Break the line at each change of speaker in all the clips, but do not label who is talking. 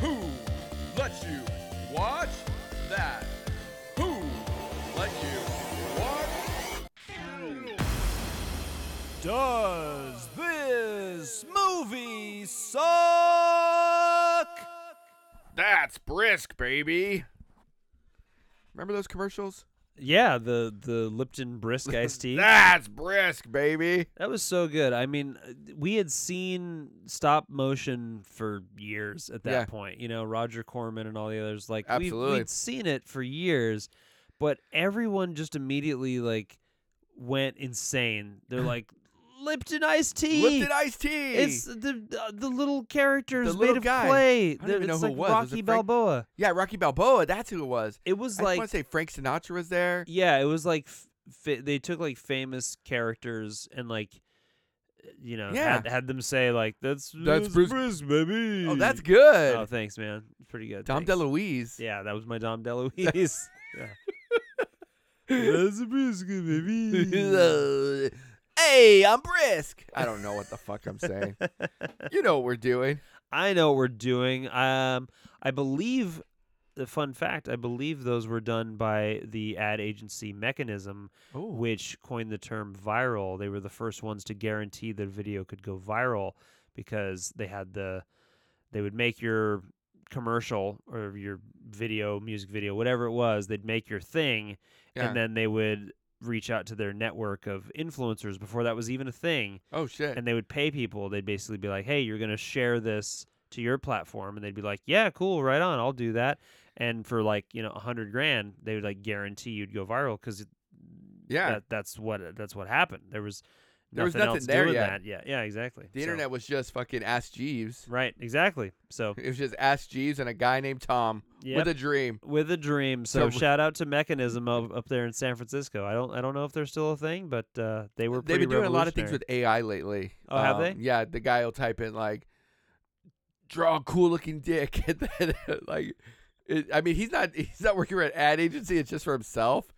Who let you watch that? Who let you watch?
Does this movie suck?
That's brisk, baby. Remember those commercials?
Yeah, the the Lipton brisk iced tea.
That's brisk, baby.
That was so good. I mean, uh, we had seen stop motion for years at that
Yeah.
point. You know, Roger Corman and all the others. Like, we,
Absolutely.
we'd seen it for years, but everyone just immediately like went insane. They're like, Lipton iced tea.
Lifted iced tea.
It's the uh, the little characters
The
made
little
of
guy.
clay.
don't
They're-
even know
it's
who it
like
was. Was
Rocky
it Frank-
Balboa.
yeah, Rocky Balboa. That's who it was.
It was
I
like
want to say Frank Sinatra was there.
yeah, it was like f- fa- they took like famous characters and like eh, you know
Yeah.
had, had them say like that's
That's
that's
Bruce-
Bruce, baby.
Oh, that's good.
Oh, thanks, man. It's pretty good.
Dom
thanks.
DeLuise.
Yeah, that was my Dom DeLuise. yeah. That's Bruce baby.
hey, I'm brisk. I don't know what the fuck I'm saying. you know what we're doing.
I know what we're doing. Um, I believe the fun fact. I believe those were done by the ad agency Mechanism,
Oh,
which coined the term viral. They were the first ones to guarantee their video could go viral because they had the they would make your commercial or your video, music video, whatever it was, they'd make your thing
Yeah.
and then they would reach out to their network of influencers before that was even a thing
oh shit.
and they would pay people. They'd basically be like, "Hey, you're going to share this to your platform," and they'd be like, "Yeah, cool, right on, I'll do that." And for like you know a hundred grand, they would like guarantee you'd go viral because
yeah.
that, that's what uh, that's what happened. There was nothing
There was nothing
else
there
doing
yet.
that. Yeah, yeah, exactly.
the
So-
internet was just fucking Ask Jeeves.
right? Exactly. So
It was just Ask Jeeves and a guy named Tom
Yep.
with a dream.
with a dream. So,
So-
shout out to Mechanism up, up there in San Francisco. I don't I don't know if they're still a thing, but uh, they were
They've
pretty
been doing a lot of things
revolutionary.
with AI lately. Um,
Oh, have they?
Yeah, the guy will type in like, draw a cool looking dick, and then like, it, I mean, he's not he's not working for an ad agency. It's just for himself,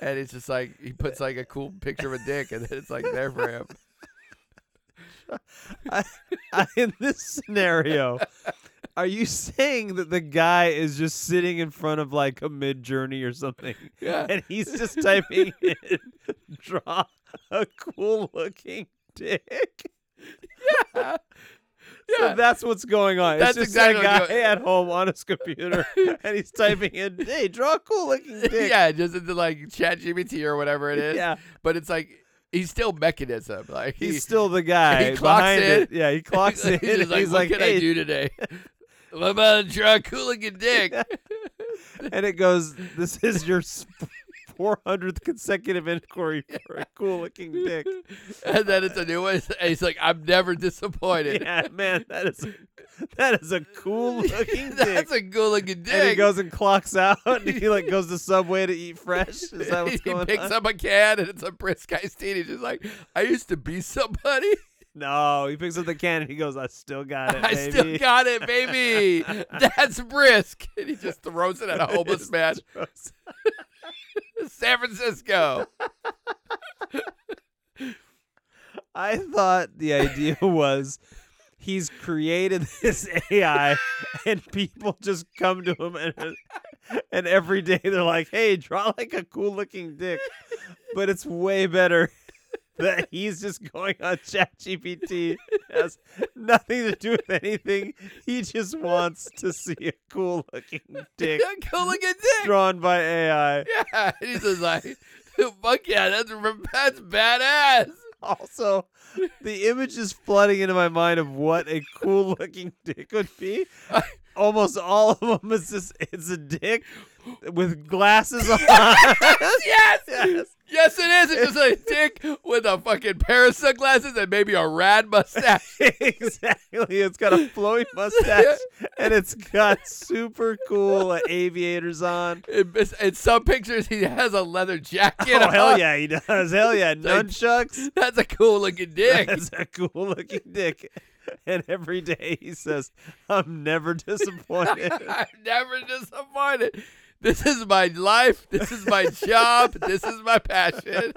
and it's just like he puts like a cool picture of a dick, and then it's like there for him.
in this scenario, are you saying that the guy is just sitting in front of like a mid journey or something
Yeah.
and he's just typing in draw a cool looking dick?
yeah.
So that's what's going on.
That's
it's just
exactly
a guy
what's going-
at home on his computer and he's typing in, hey, draw a cool looking dick.
yeah, just into like chat GBT or whatever it is.
Yeah.
But it's like he's still mechanism. Like
He's
he-
still the guy
clocks
behind
in.
it. Yeah, he clocks in.
he's just
and
like,
he's
what
like,
can
hey,
I do today? what about draw a cool looking dick?
and it goes, "This is your four hundredth consecutive inquiry for a cool looking dick."
and then it's a new one. And he's like, I'm never disappointed.
Yeah, man, that is that is a cool looking dick.
That's a cool looking dick.
And he goes and clocks out, and he like goes to Subway to eat fresh. Is that what's
he
going
picks
on?
up a can and it's a brisk iced tea. And he's just like, I used to be somebody.
No, he picks up the can and he goes, "I still got it,
I
baby."
still got it, baby. That's brisk. And he just throws it at a homeless man. San Francisco.
I thought the idea was he's created this AI and people just come to him and and every day they're like, "Hey, draw like a cool looking dick." But it's way better that he's just going on ChatGPT has nothing to do with anything. He just wants to see a cool looking dick
cool looking dick.
drawn by AI.
Yeah. And he's just like, fuck yeah, that's, that's badass.
Also, the image is flooding into my mind of what a cool looking dick would be. Almost all of them is just it's a dick with glasses on.
Yes.
Yes.
Yes, it is. It's just a dick with a fucking pair of sunglasses and maybe a rad mustache.
exactly. It's got a flowing mustache and it's got super cool aviators on.
In, in some pictures, he has a leather jacket.
Oh hell
on.
yeah, he does. Hell yeah,
Like-
nunchucks.
That's a cool looking dick.
That's a cool looking dick. And every day he says, "I'm never disappointed."
I'm never disappointed. This is my life. This is my job. this is my passion.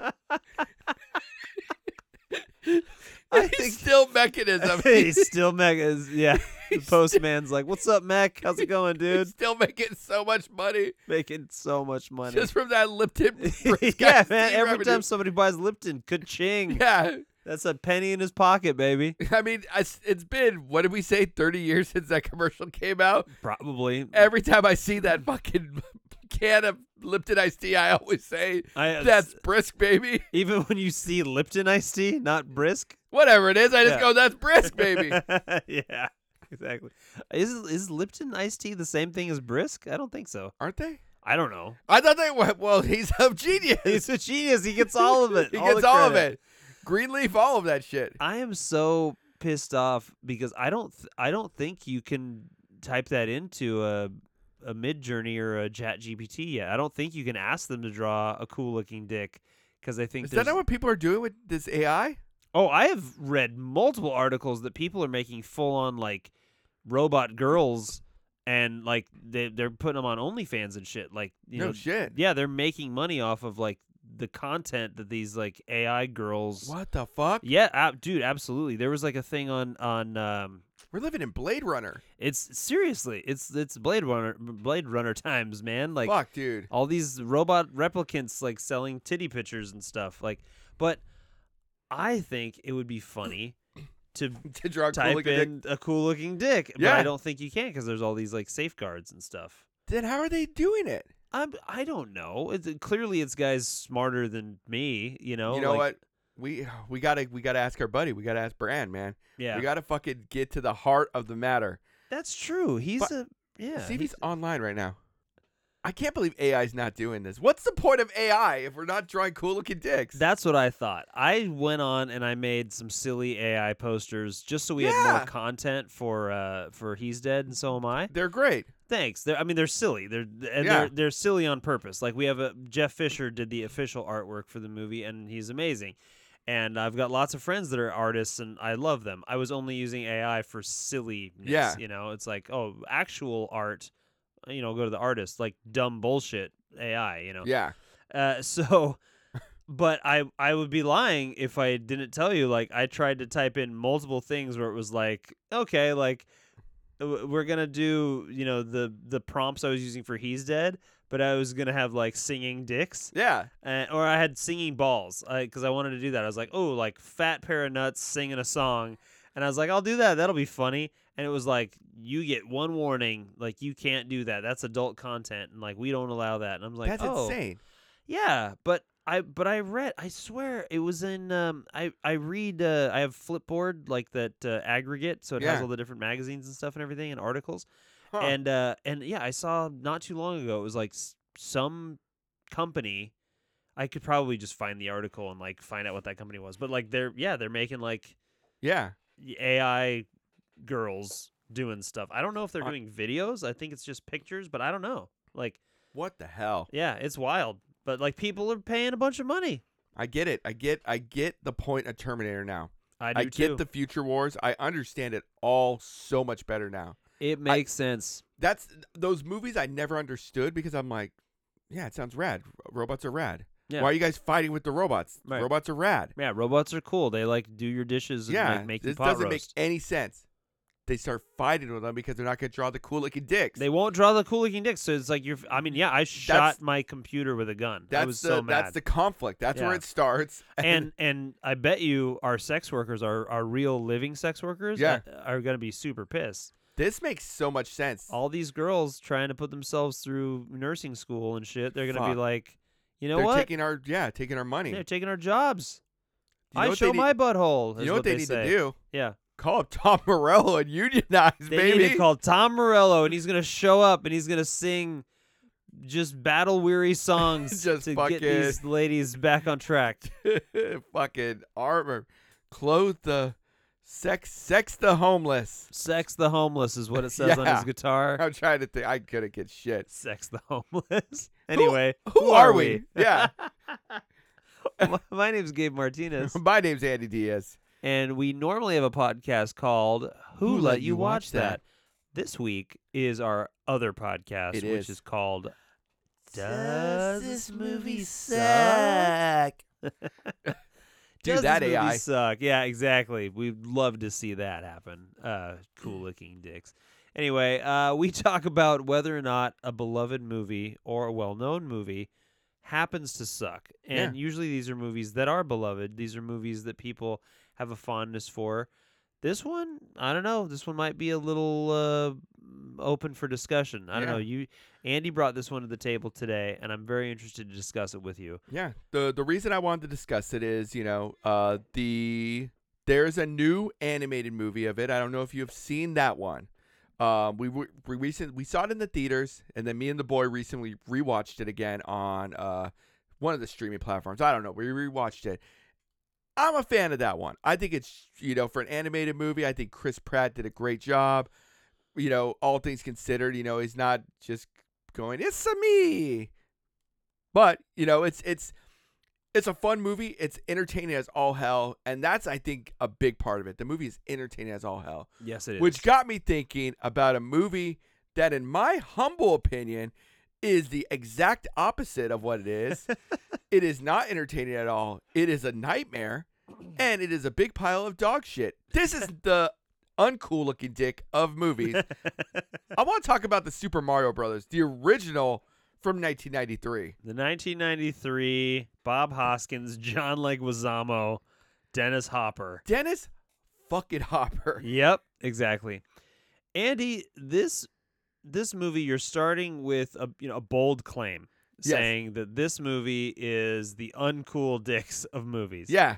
I
He's
think
still mechanism.
he's still mega. is- Yeah, The postman's like, "What's up, Mac? How's it going, dude?
He's still making so much money,
Making so much money."
just from that Lipton. Briscoe
yeah,
tea
man. Every
revenue.
time somebody buys Lipton, ka-ching.
Yeah,
That's a penny in his pocket, baby.
I mean, I s- it's been what did we say? Thirty years since that commercial came out.
Probably.
Every time I see that fucking can of Lipton iced tea, I uh, always say
I,
that's brisk, baby.
even when you see Lipton iced tea, not brisk.
Whatever it is, I just
Yeah.
go that's brisk, baby.
yeah, exactly. Is is Lipton iced tea the same thing as brisk? I don't think so.
Aren't they?
I don't know.
I thought they were. Well, he's a genius.
He's a genius. He gets all of it.
he
the
gets all of
credit.
it. Greenleaf, all of that shit.
I am so pissed off because I don't th- I don't think you can type that into a a mid journey or a chat GPT yet. I don't think you can ask them to draw a cool looking dick because I think
Is that
there's-
not what people are doing with this AI?
Oh, I have read multiple articles that people are making full on like robot girls and like they they're putting them on OnlyFans and shit. Like you
no
know,
shit.
yeah, they're making money off of like the content that these like AI girls.
What the fuck?
Yeah, ab- dude, absolutely. There was like a thing on on. Um,
We're living in Blade Runner.
it's seriously, it's it's Blade Runner Blade Runner times, man. Like
fuck, dude.
all these robot replicants like selling titty pictures and stuff. Like, but I think it would be funny to
To draw cool
type
looking dick.
in a cool looking dick, but
Yeah.
I don't think you can because there's all these like safeguards and stuff.
Then how are they doing it?
I'm, I don't know. It's, clearly, it's guys smarter than me. You know.
you know
like-
what? We we gotta we gotta ask our buddy. We gotta ask Brand, man.
Yeah,
We gotta fucking get to the heart of the matter.
that's true. He's
But-
a yeah.
See if
he-
he's online right now. I can't believe AI's not doing this. What's the point of AI if we're not drawing cool looking dicks?
That's what I thought. I went on and I made some silly AI posters just so we had more
Yeah.
content for uh for He's Dead and So Am I.
They're great.
Thanks. They're, I mean, they're silly. They're and
Yeah.
they're they're silly on purpose. Like we have a Jeff Fisher did the official artwork for the movie, and he's amazing. And I've got lots of friends that are artists, and I love them. I was only using AI for silliness.
Yeah.
You know, it's like oh, actual art. You know, go to the artist. Like dumb bullshit AI. You know.
Yeah.
Uh, so, but I I would be lying if I didn't tell you. Like I tried to type in multiple things where it was like, okay, like w- we're gonna do you know the the prompts I was using for He's Dead, but I was gonna have like singing dicks,
Yeah.
uh, or I had singing balls because I wanted to do that. I was like, oh, like fat pair of nuts singing a song, and I was like, I'll do that. That'll be funny. And it was like, you get one warning, like you can't do that. That's adult content, and like we don't allow that. And I'm like,
That's
oh.
insane.
Yeah, but I but I read I swear it was in um I I read uh, I have Flipboard like that uh, aggregate so it has
Yeah.
all the different magazines and stuff and everything and articles
Huh.
and uh and yeah I saw not too long ago it was like s- some company I could probably just find the article and like find out what that company was but like they're yeah they're making like
yeah.
y- AI girls doing stuff I don't know if they're
Uh,
doing videos I think it's just pictures but I don't know like
What the hell?
yeah it's wild but like people are paying a bunch of money.
I get it. I get I get the point of Terminator now.
I do
I,
too.
get the future wars. I understand it all so much better now.
it makes sense.
That's those movies I never understood because I'm like, yeah, it sounds rad. Robots are rad.
Yeah.
Why are you guys fighting with the robots?
Right.
Robots are rad.
Yeah, robots are cool. They like do your dishes and
yeah,
like, make you
this
pot
doesn't make
roast.
any sense. They start fighting with them because they're not gonna draw the cool looking dicks.
they won't draw the cool looking dicks. So it's like you're. I mean, yeah, I shot my computer with a gun.
that's
I was
the
so mad.
that's the conflict. That's where
Yeah.
it starts.
and and I bet you our sex workers, our our real living sex workers,
Yeah.
uh, are gonna be super pissed.
this makes so much sense.
All these girls trying to put themselves through nursing school and shit, they're gonna be
Fuck.
like, you know
they're
what?
taking our yeah, taking our money.
they're taking our jobs.
You know
I
what they
show
need-
my butthole.
You
is
know what they, need
say.
to do?
Yeah.
Call up Tom Morello and unionize,
They
baby.
need to call Tom Morello, and he's gonna show up, and he's gonna sing just battle weary songs
Just
to
fucking-
get these ladies back on track.
fucking armor, clothe the sex, sex the homeless.
Sex the homeless is what it says on his
Yeah.
guitar.
I'm trying to think. I couldn't get shit.
Sex the homeless. Anyway,
Who, are we? yeah,
My- My name's Gabe Martinez,
my name's Andy Diaz.
and we normally have a podcast called "Who, Let, You Watch, that? This week is our other podcast,
It
which
is.
is called
Does this movie
suck?
Dude,
Does
that
this movie
AI.
suck? Yeah, exactly. We'd love to see that happen. Uh, cool looking dicks. Anyway, uh, we talk about whether or not a beloved movie or a well known movie happens to suck. And usually these are movies that are beloved. These are movies that people have a fondness for. This one, I don't know. This one might be a little uh, open for discussion. I don't
Yeah.
know. You, Andy, brought this one to the table today, and I'm very interested to discuss it with you.
Yeah. The the reason I wanted to discuss it is, you know, uh the there's a new animated movie of it. I don't know if you have seen that one. Um we we, we recent we saw it in the theaters and then me and the boy recently rewatched it again on uh one of the streaming platforms. I don't know. We rewatched it. I'm a fan of that one. I think it's, you know, for an animated movie, I think Chris Pratt did a great job. You know, all things considered, you know, he's not just going, "It's a me." But, you know, it's it's it's a fun movie. It's entertaining as all hell, and that's I think a big part of it. The movie is entertaining as all hell,
Yes, it is.
which got me thinking about a movie that, in my humble opinion, is the exact opposite of what it is. it is not entertaining at all. It is a nightmare, and it is a big pile of dog shit. This is the uncool looking dick of movies. I want to talk about the Super Mario Brothers, the original from 1993.
The 1993 Bob Hoskins, John Leguizamo, Dennis Hopper.
Dennis fucking Hopper.
Yep, exactly. Andy, this this movie you're starting with a you know a bold claim
Yes.
saying that this movie is the uncool dicks of movies.
Yeah,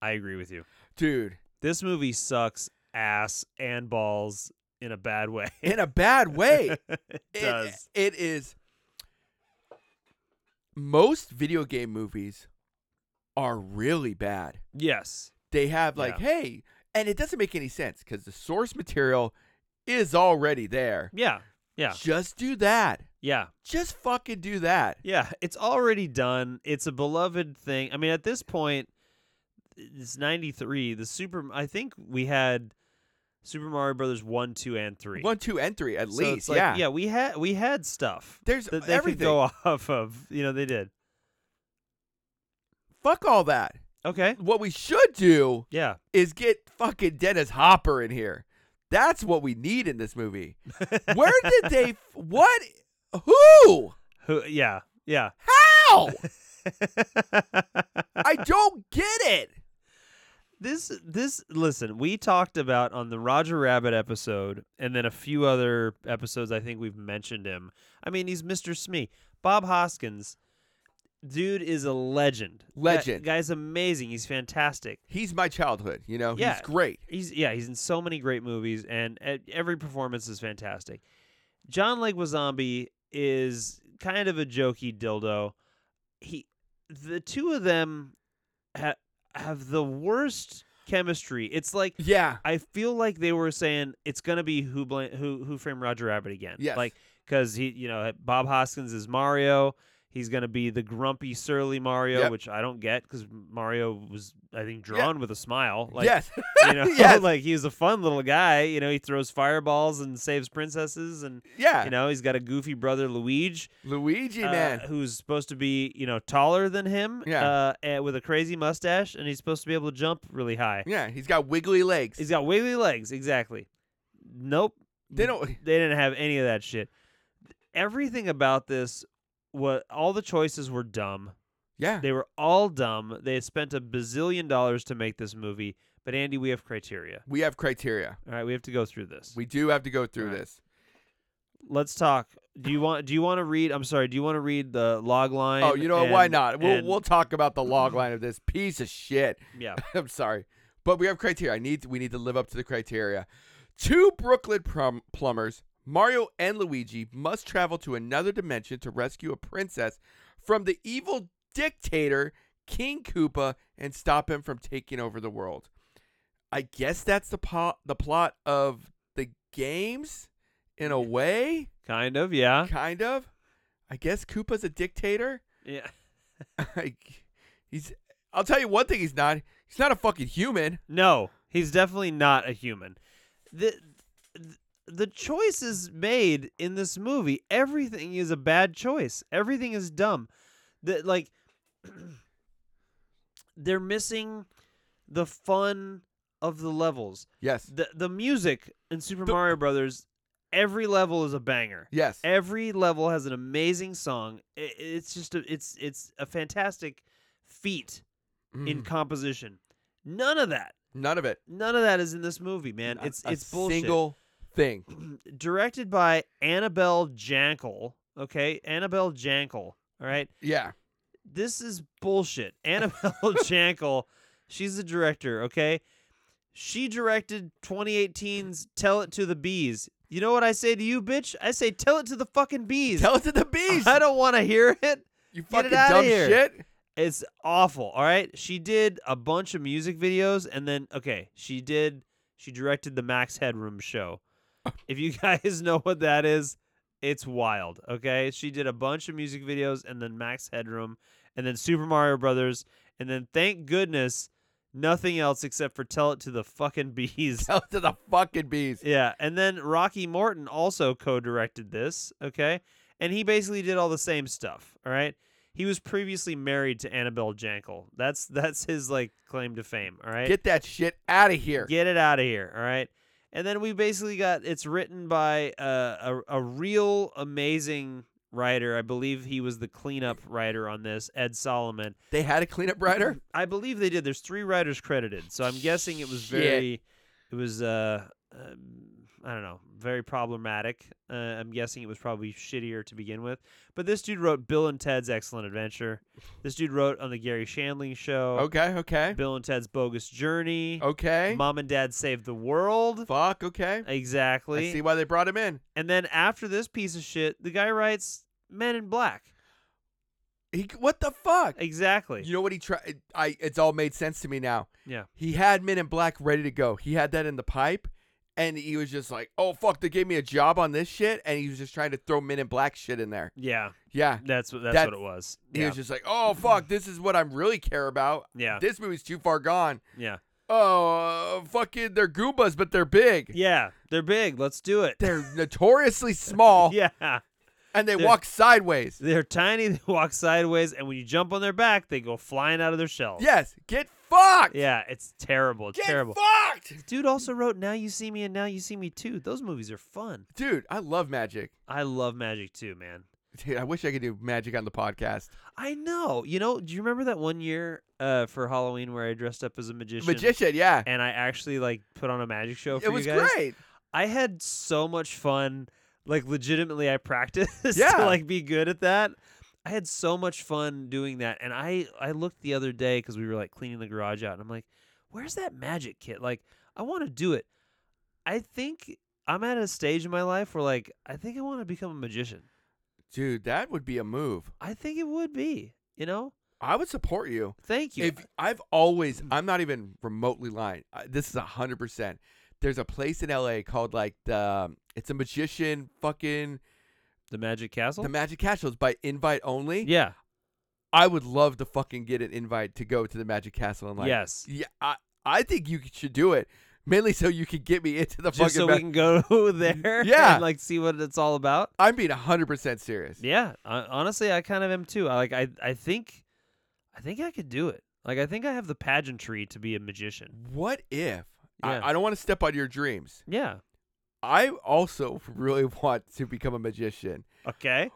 I agree with you.
dude.
This movie sucks ass and balls in a bad way.
in a bad way.
it does.
It is. Most video game movies are really bad.
Yes.
They have like,
Yeah.
hey, and it doesn't make any sense because the source material is already there.
Yeah. Yeah.
Just do that.
Yeah.
Just fucking do that.
Yeah, it's already done. It's a beloved thing. I mean, at this point, it's '93. The Super. I think we had Super Mario Brothers one, two, and three.
One, two, and three at
So
least.
it's like,
yeah.
yeah. We had we had stuff
There's
that they
everything.
could go off of. You know, they did.
Fuck all that.
Okay.
What we should do
Yeah.
is get fucking Dennis Hopper in here. That's what we need in this movie. Where did they? What? Who?
Who? Yeah. Yeah.
How? I don't get it.
this this listen we talked about on the roger rabbit episode and then a few other episodes i think we've mentioned him i mean he's mr smee bob hoskins dude is a legend That
Legend.
guy's amazing he's fantastic
He's my childhood. You know,
Yeah.
he's great.
he's yeah he's in so many great movies and e- every performance is fantastic john leguizamo is kind of a jokey dildo he the two of them ha- have the worst chemistry it's like
Yeah.
I feel like they were saying it's gonna be who bla- who who framed Roger Rabbit again.
Yes.
like because he you know Bob Hoskins is Mario. He's gonna be the grumpy surly Mario,
Yep.
which I don't get because Mario was I think drawn with a smile. Like,
yes.
you know,
Yes.
like he was a fun little guy. You know, he throws fireballs and saves princesses, and
Yeah.
you know he's got a goofy brother Luigi
Luigi,
uh,
man.
who's supposed to be you know taller than him,
Yeah.
uh, and with a crazy mustache, and he's supposed to be able to jump really high.
Yeah. He's got wiggly legs.
He's got wiggly legs, exactly. Nope.
They don't.
They didn't have any of that shit. Everything about this was all the choices were dumb.
Yeah.
They were all dumb. They had spent a bazillion dollars to make this movie, but Andy, we have criteria.
We have criteria.
All right, we have to go through this.
We do have to go through
Alright.
this.
Let's talk. Do you want do you want to read I'm sorry, do you want to read the log line?
oh, you know what? why
and-
not? We'll
and-
we'll talk about the log line of this piece of shit.
Yeah.
I'm sorry, but we have criteria. I need we need to live up to the criteria. Two Brooklyn plum- plumbers, Mario and Luigi, must travel to another dimension to rescue a princess from the evil dictator King Koopa and stop him from taking over the world. I guess that's the po- the plot of the games in a way,
Kind of, yeah.
kind of. I guess Koopa's a dictator.
Yeah.
Like, he's I'll tell you one thing he's not. He's not a fucking human.
No, he's definitely not a human. The th- the choices made in this movie, everything is a bad choice. Everything is dumb. The like they're missing the fun of the levels.
Yes.
The the music in Super
The-
Mario Brothers, every level is a banger.
Yes.
Every level has an amazing song. I- It's just a, it's it's a fantastic feat in
Mm.
composition. None of that.
None of it.
None of that is in this movie, man.
Not
It's
a
it's bullshit.
Single thing.
Directed by Annabelle Jankel. Okay, Annabelle Jankel. All right,
Yeah.
this is bullshit. Annabelle Jankel, she's the director. Okay, she directed 2018's "Tell It to the Bees." You know what I say to you, bitch? I say, "Tell it to the fucking bees."
Tell it to the bees.
I don't want to hear it.
You
Get
fucking
it outta
dumb
here.
shit.
It's awful. All right. She did a bunch of music videos and then okay, she did she directed the Max Headroom show. If you guys know what that is, it's wild. Okay? She did a bunch of music videos and then Max Headroom and then Super Mario Brothers and then thank goodness nothing else except for tell it to the fucking bees.
Tell it to the fucking bees.
Yeah, and then Rocky Morton also co-directed this, okay? And he basically did all the same stuff, all right? He was previously married to Annabelle Jankel. That's that's his like claim to fame, all right?
Get that shit out of here.
Get it out of here, all right? And then we basically got it's written by uh, a a real amazing writer. I believe he was the cleanup writer on this, Ed Solomon.
They had a cleanup writer.
I believe they did. There's three writers credited, so I'm guessing it was
Shit.
very, it was uh, um, I don't know, very problematic. Uh, I'm guessing it was probably shittier to begin with. But this dude wrote Bill and Ted's Excellent Adventure. This dude wrote on the Gary Shandling Show.
Okay. Okay.
Bill and Ted's Bogus Journey.
Okay.
Mom and Dad Saved the World.
Fuck. Okay.
Exactly.
I see why they brought him in.
And then after this piece of shit, the guy writes Men in Black.
He, what the fuck?
Exactly.
You know what he tried? I. It's all made sense to me now.
Yeah.
He had Men in Black ready to go. He had that in the pipe, and he was just like, "Oh fuck, they gave me a job on this shit," and he was just trying to throw Men in Black shit in there.
Yeah.
Yeah.
That's what that's
That-
what it was.
He
Yeah.
was just like, "Oh fuck, this is what I really care about.
yeah.
This movie's too far gone.
Yeah.
Oh, uh, fucking, they're goombas, but they're big.
Yeah, they're big. Let's do it.
They're notoriously small,
yeah,
and they
They're-
walk sideways.
they're tiny. They walk sideways, and when you jump on their back, they go flying out of their shell.
Yes, get fucked.
yeah, it's terrible. It's
get
terrible.
fucked,
Dude also wrote "Now You See Me" and "Now You See Me Too." Those movies are fun.
dude. I love magic.
I love Magic too, man.
Dude, I wish I could do magic on the podcast.
I know. You know? Do you remember that one year uh, for Halloween where I dressed up as a magician?
Magician, yeah.
And I actually like put on a magic show for
It was
you guys.
great.
I had so much fun. Like legitimately, I practiced to
Yeah.
like be good at that. I had so much fun doing that, and I I looked the other day because we were like cleaning the garage out, and I'm like, "Where's that magic kit? Like, I want to do it. I think I'm at a stage in my life where like I think I want to become a magician.
Dude, that would be a move.
I think it would be, you know.
I would support you.
Thank you. Mm.
If I've always, I'm not even remotely lying. I, this is a hundred percent. There's a place in LA called like the, it's a magician fucking
the magic castle.
the Magic Castle. It's by invite only.
yeah.
I would love to fucking get an invite to go to the Magic Castle and like,
yes.
yeah, I, I think you should do it mainly so you can get me into the
Just
fucking.
so
ma-
we can go there.
Yeah.
And, like see what it's all about.
I'm being hundred percent serious.
Yeah, I, honestly, I kind of am too. I like, I, I think, I think I could do it. Like, I think I have the pageantry to be a magician.
What if?
Yeah.
I, I don't want to step on your dreams.
Yeah.
I also really want to become a magician.
Okay.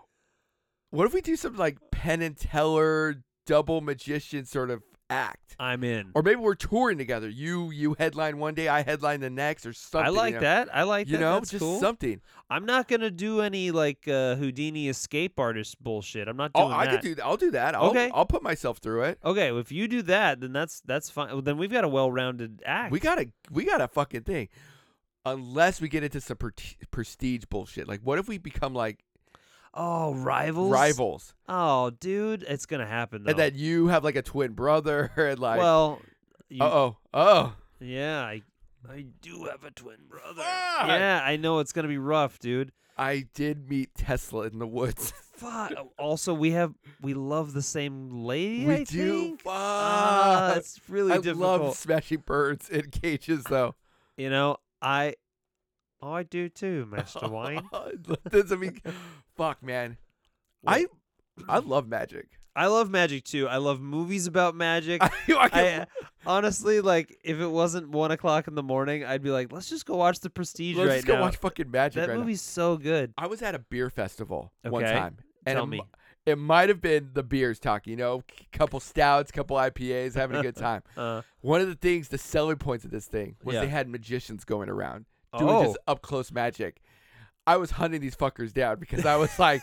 What if we do some like Penn and Teller double magician sort of act?
I'm in.
Or maybe we're touring together. You you headline one day, I headline the next, or something.
I
you
like
know?
that. I like
you
that.
know,
That's
just
cool.
something.
I'm not gonna do any like uh, Houdini escape artist bullshit. I'm not doing
Oh, I
that.
could do that. I'll do that. I'll,
Okay.
I'll put myself through it.
okay, well, if you do that, then that's that's fine. Well, then we've got a well-rounded act.
We got a we got a fucking thing. Unless we get into some pre- prestige bullshit. Like, what if we become like
oh rivals.
rivals,
Oh, dude, it's gonna happen though.
and that you have like a twin brother, and like,
well, you,
uh oh, oh,
yeah, I, I do have a twin brother.
Fuck!
Yeah, I know it's gonna be rough, dude.
I did meet Tesla in the woods.
Fuck. Oh, Also, we have we love the same lady.
we
I
do.
Think.
Fuck.
Ah, it's really
I
difficult.
love smashing birds in cages, though.
you know, I, oh, I do too, Master Wayne.
Doesn't mean, fuck, man. I I love magic.
I love magic too. I love movies about magic.
I,
I uh, honestly like if it wasn't one o'clock in the morning, I'd be like, let's just go watch The Prestige
let's
right
just go
now.
watch fucking magic
that
right now.
movie's so good.
I was at a beer festival one
Okay.
time. And
Tell
it, mi-
me.
It might have been the beers talking, you know, c- couple stouts, couple IPAs, having a good time.
Uh,
One of the things, the selling points of this thing was
Yeah.
they had magicians going around doing
oh,
just up close magic. I was hunting these fuckers down because I was like,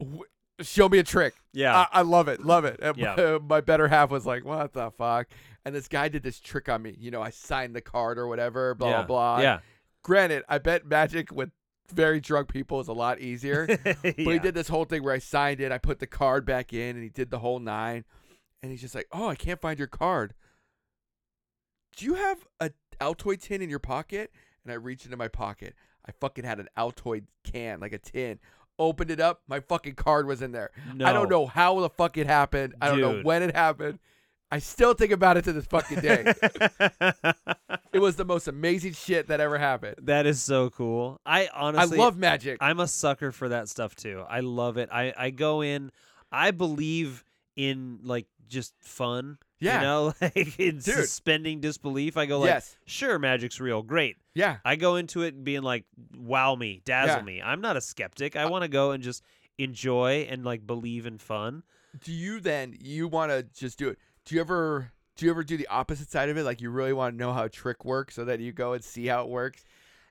w- show me a trick.
yeah.
I, I love it, love it. And my,
Yeah.
my better half was like, what the fuck? And this guy did this trick on me. You know, I signed the card or whatever, blah,
yeah,
blah, blah.
Yeah.
Granted, I bet magic with very drunk people is a lot easier.
but
But he did this whole thing where I signed it, I put the card back in, and he did the whole nine. And he's just like, "Oh, I can't find your card. Do you have a Altoid tin in your pocket?" And I reached into my pocket. I fucking had an Altoid can, like a tin. Opened it up. My fucking card was in there.
No.
I don't know how the fuck it happened. I don't know
Dude.
when it happened. I still think about it to this fucking day. it was the most amazing shit that ever happened.
that is so cool. I honestly
I love magic.
I'm a sucker for that stuff too. I love it. I I go in. I believe in like just fun.
Yeah.
You know, like in
Dude.
suspending disbelief. I go like,
yes.
sure, magic's real, great.
Yeah.
I go into it being like, wow me, dazzle
Yeah.
me. I'm not a skeptic. I want to go and just enjoy and like believe in fun.
do you then you want to just do it do you ever do you ever do the opposite side of it like you really want to know how a trick works so that you go and see how it works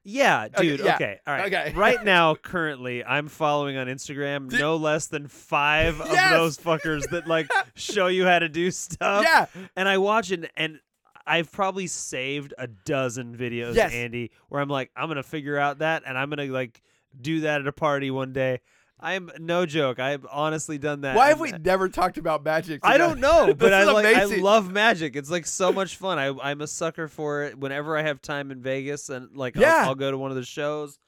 Yeah,
Okay,
dude. Okay.
yeah.
All right.
Okay.
right now, currently, I'm following on Instagram
Dude.
no less than five
Yes!
of those fuckers that like show you how to do stuff.
yeah
and I watch it, and I've probably saved a dozen videos,
Yes.
Andy, where I'm like, I'm gonna figure out that, and I'm gonna like do that at a party one day. I'm no joke. I've honestly done that.
why have
and-
we never talked about magic
I
together?
don't know, but
This
I
is
like I
amazing.
love magic. It's like so much fun. I I'm a sucker for it. Whenever I have time in Vegas and like I'll-
Yeah.
I'll, go to one of the shows.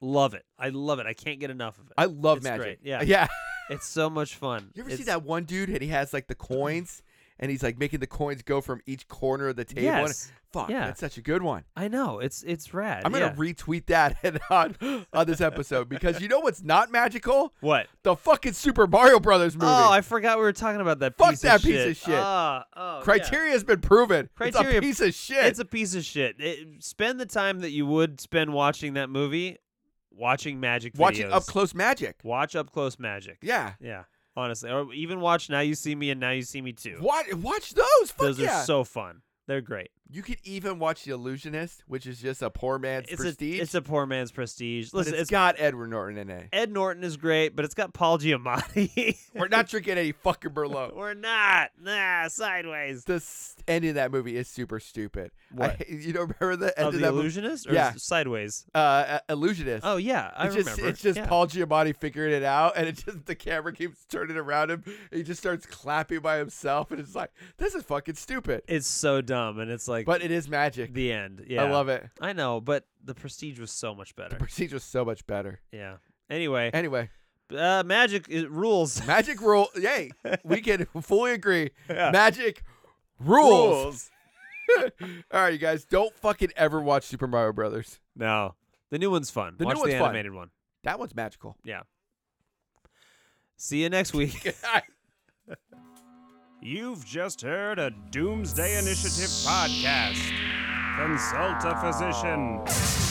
Love it. I love it. I can't get enough of it.
i love
It's
magic
great, yeah.
yeah
it's so much fun.
you ever see
It's-
that one dude and he has like the coins and he's like making the coins go from each corner of the table And-
Yes.
fuck
yeah.
that's such a good one
I know. It's it's rad.
i'm gonna
yeah.
retweet that and on on this episode because you know what's not magical
what?
the fucking super mario brothers movie
Oh, I forgot we were talking about that.
Fuck
piece
that
of
piece
shit.
of shit.
Ah, oh, yeah.
criteria has been proven
Criteria-
it's a piece of shit
It's a piece of shit. It- spend the time that you would spend watching that movie, watching magic.
watching
videos.
up close magic
Watch up close magic.
yeah
Yeah, honestly, or even watch Now You See Me and Now You See Me Too.
Watch, watch those. Fuck
Those
yeah.
are so fun. They're great.
you could even watch The Illusionist, which is just a poor man's
it's
prestige.
a it's a poor man's prestige.
but
Listen,
it's
it's
got Edward Norton in it.
Ed Norton is great, but it's got Paul Giamatti.
We're not drinking any fucking Merlot.
We're not. Nah, sideways.
The s- end of that movie is super stupid.
What?
I, you don't remember the end
Of
of,
the
that movie?
illusionist or
Yeah.
sideways?
Uh, uh, Illusionist.
Oh yeah, I
it's just
remember.
it's just
yeah.
Paul Giamatti figuring it out, and it just the camera keeps turning around him. And he just starts clapping by himself, and it's like this is fucking stupid.
It's so dumb, and it's like
But it is magic.
the end. Yeah,
I love it.
I know, but the prestige was so much
The
better.
prestige was so much better.
yeah. Anyway,
Anyway,
uh, magic it rules.
magic rule. Yay, we can fully agree.
Yeah.
Magic rules. All right, you guys, don't fucking ever watch Super Mario Brothers.
No, the new one's fun.
The new
Watch
one's
the
fun.
animated one.
That one's magical.
See you next week. You've just heard a Doomsday Initiative podcast.
Consult a physician.